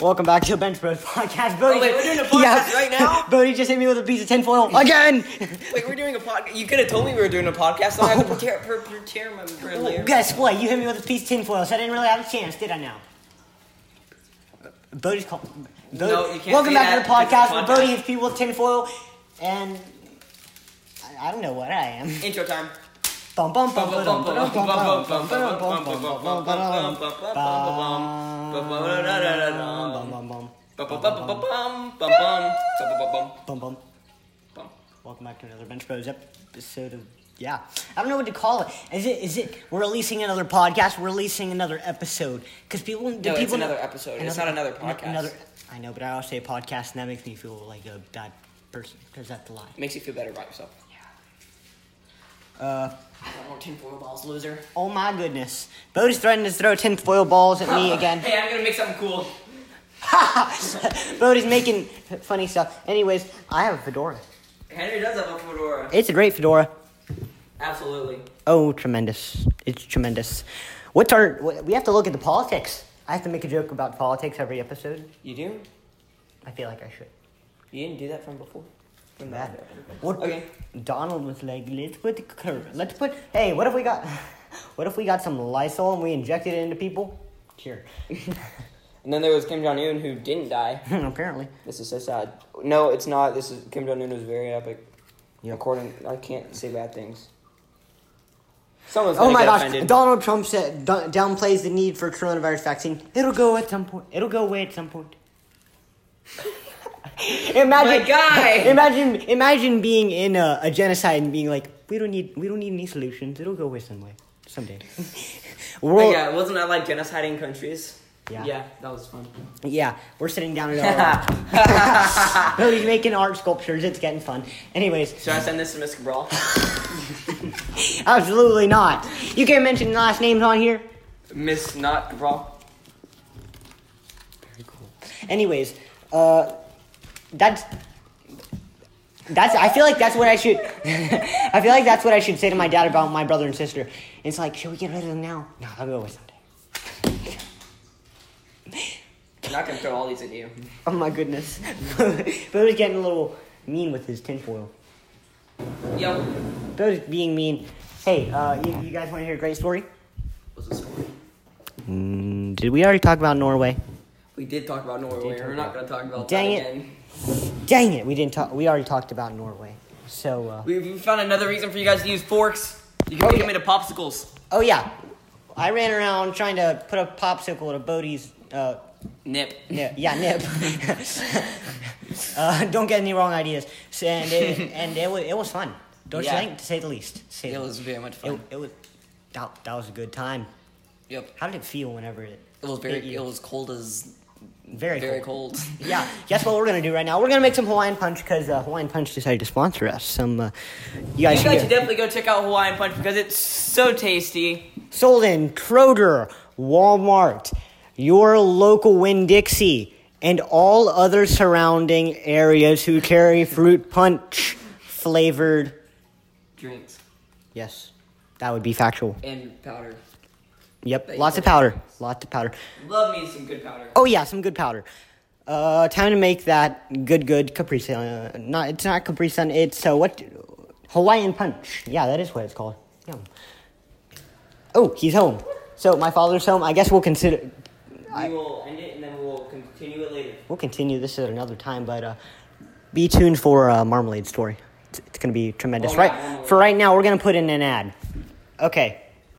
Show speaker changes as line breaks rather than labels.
Welcome back to the Bench Bros podcast. Brody,
Oh, wait, we're doing a podcast right now?
Brody just hit me with a piece of tinfoil again.
Wait, we're doing a podcast. You could have told me we were doing a podcast. So I had to prepare, pre- prepare my earlier.
Guess what? You hit me with a piece of tinfoil, so I didn't really have a chance, did I? Now, Brody's called. Brody,
No, you can't
Welcome
say
back
that.
to the podcast.
It's a
where Brody hits people with tinfoil, and I, I don't know what I am.
Intro time.
Bum bum bum ba-dum, ba-dum, bum bum bum ba-dum, bum bum bum ba-dum, bum bum bum
Bum, bum, bum, bum, bum, bum, bum.
bum bum.
Bum.
Welcome back to another Bench Bros episode of yeah. I don't know what to call it. Is it is it we're releasing another podcast? We're releasing another episode because people do
No, it's
people know-
another episode. It's not another
an-
podcast.
Another I know, but I always say podcast, and that makes me feel like a bad person because that's the lie.
Makes you feel better about yourself.
Uh,
I don't want tinfoil balls, loser.
oh my goodness, Bodie's threatening to throw tin foil balls at me again.
Hey, I'm gonna make something cool.
Bodie's making funny stuff. Anyways, I have a fedora.
Henry does have a fedora.
It's a great fedora.
Absolutely.
Oh, tremendous! It's tremendous. What's our? wh- We have to look at the politics. I have to make a joke about politics every episode.
You do?
I feel like I should.
You didn't do that from before. From the
Bad.
other one.
What?
Okay.
Donald was like, let's put the cur- let's put. Hey, what if we got? What if we got some Lysol and we injected it into people? Sure.
And then there was Kim Jong Un who didn't die.
Apparently.
This is so sad. No, it's not. This is Kim Jong Un was very epic.
Yeah.
According, I can't say bad things. Someone's
Oh
gonna
my
get
gosh!
offended.
Donald Trump said dun- downplays the need for coronavirus vaccine. It'll go at some point. It'll go away at some point. imagine,
My guy!
Imagine, imagine being in a, a genocide and being like, we don't need, we don't need any solutions. It'll go away someday. Someday.
Oh,
World, yeah.
yeah, wasn't that like genociding countries?
Yeah.
Yeah, that was fun.
we're sitting down at our. no, he's making art sculptures. It's getting fun. Anyways,
Should I send this to Miss Cabral?
absolutely not. You can't mention last names on here.
Miss Not Cabral.
Very cool. Anyways, uh, that's that's. I feel like that's what I should. I feel like that's what I should say to my dad about my brother and sister. It's like, should we get rid of them now? No, I'll go away someday.
I'm not gonna throw all these at you.
Oh my goodness, but he's getting a little mean with his tinfoil.
Yo.
But he's being mean. Hey, uh, you, you guys want to hear a great story?
What's the story?
Mm, did we already talk about Norway?
We did talk about Norway. We're not gonna talk about
Dang
that
it.
again.
Dang it, we didn't talk. We already talked about Norway. So, uh,
We, we found another reason for you guys to use forks. You can
Oh,
make
yeah.
them into popsicles.
oh yeah, I ran around trying to put a popsicle at a Bodie's. Uh,
Nip.
Nip. Yeah, nip. uh, don't get any wrong ideas. So, and it, and it, wa- it was fun. Don't
Yeah.
you think? To say the least. To say
It
the
was very much
least. It,
fun.
it was. That, that was a good time.
Yep.
How did it feel whenever it?
It
hit
was very.
you?
It was cold as
very
very
cool.
cold.
Yeah, guess what we're gonna do right now? We're gonna make some Hawaiian punch because uh, Hawaiian punch decided to sponsor us. Some uh, you guys,
You guys should
should get
definitely go check out Hawaiian Punch because it's so tasty.
sold in Kroger, Walmart, your local Winn Dixie, and all other surrounding areas who carry fruit punch flavored
Drinks
Yes, that would be factual.
and powder.
Yep,
That you
lots of
put in.
powder, lots of powder.
Love me some good powder.
Oh yeah, some good powder. Uh, time to make that good, good Capri Sun. Uh, not, it's not Capri Sun. It's uh, what Hawaiian Punch. Yeah, that is what it's called. Yum. Oh, he's home. So my father's home. I guess we'll consider.
we will end it and then we'll continue it later.
We'll continue this at another time, but uh, be tuned for uh, Marmalade Story. It's, it's going to be tremendous.
Oh, yeah,
right
Marmalade.
for right now, we're going to put in an ad. Okay,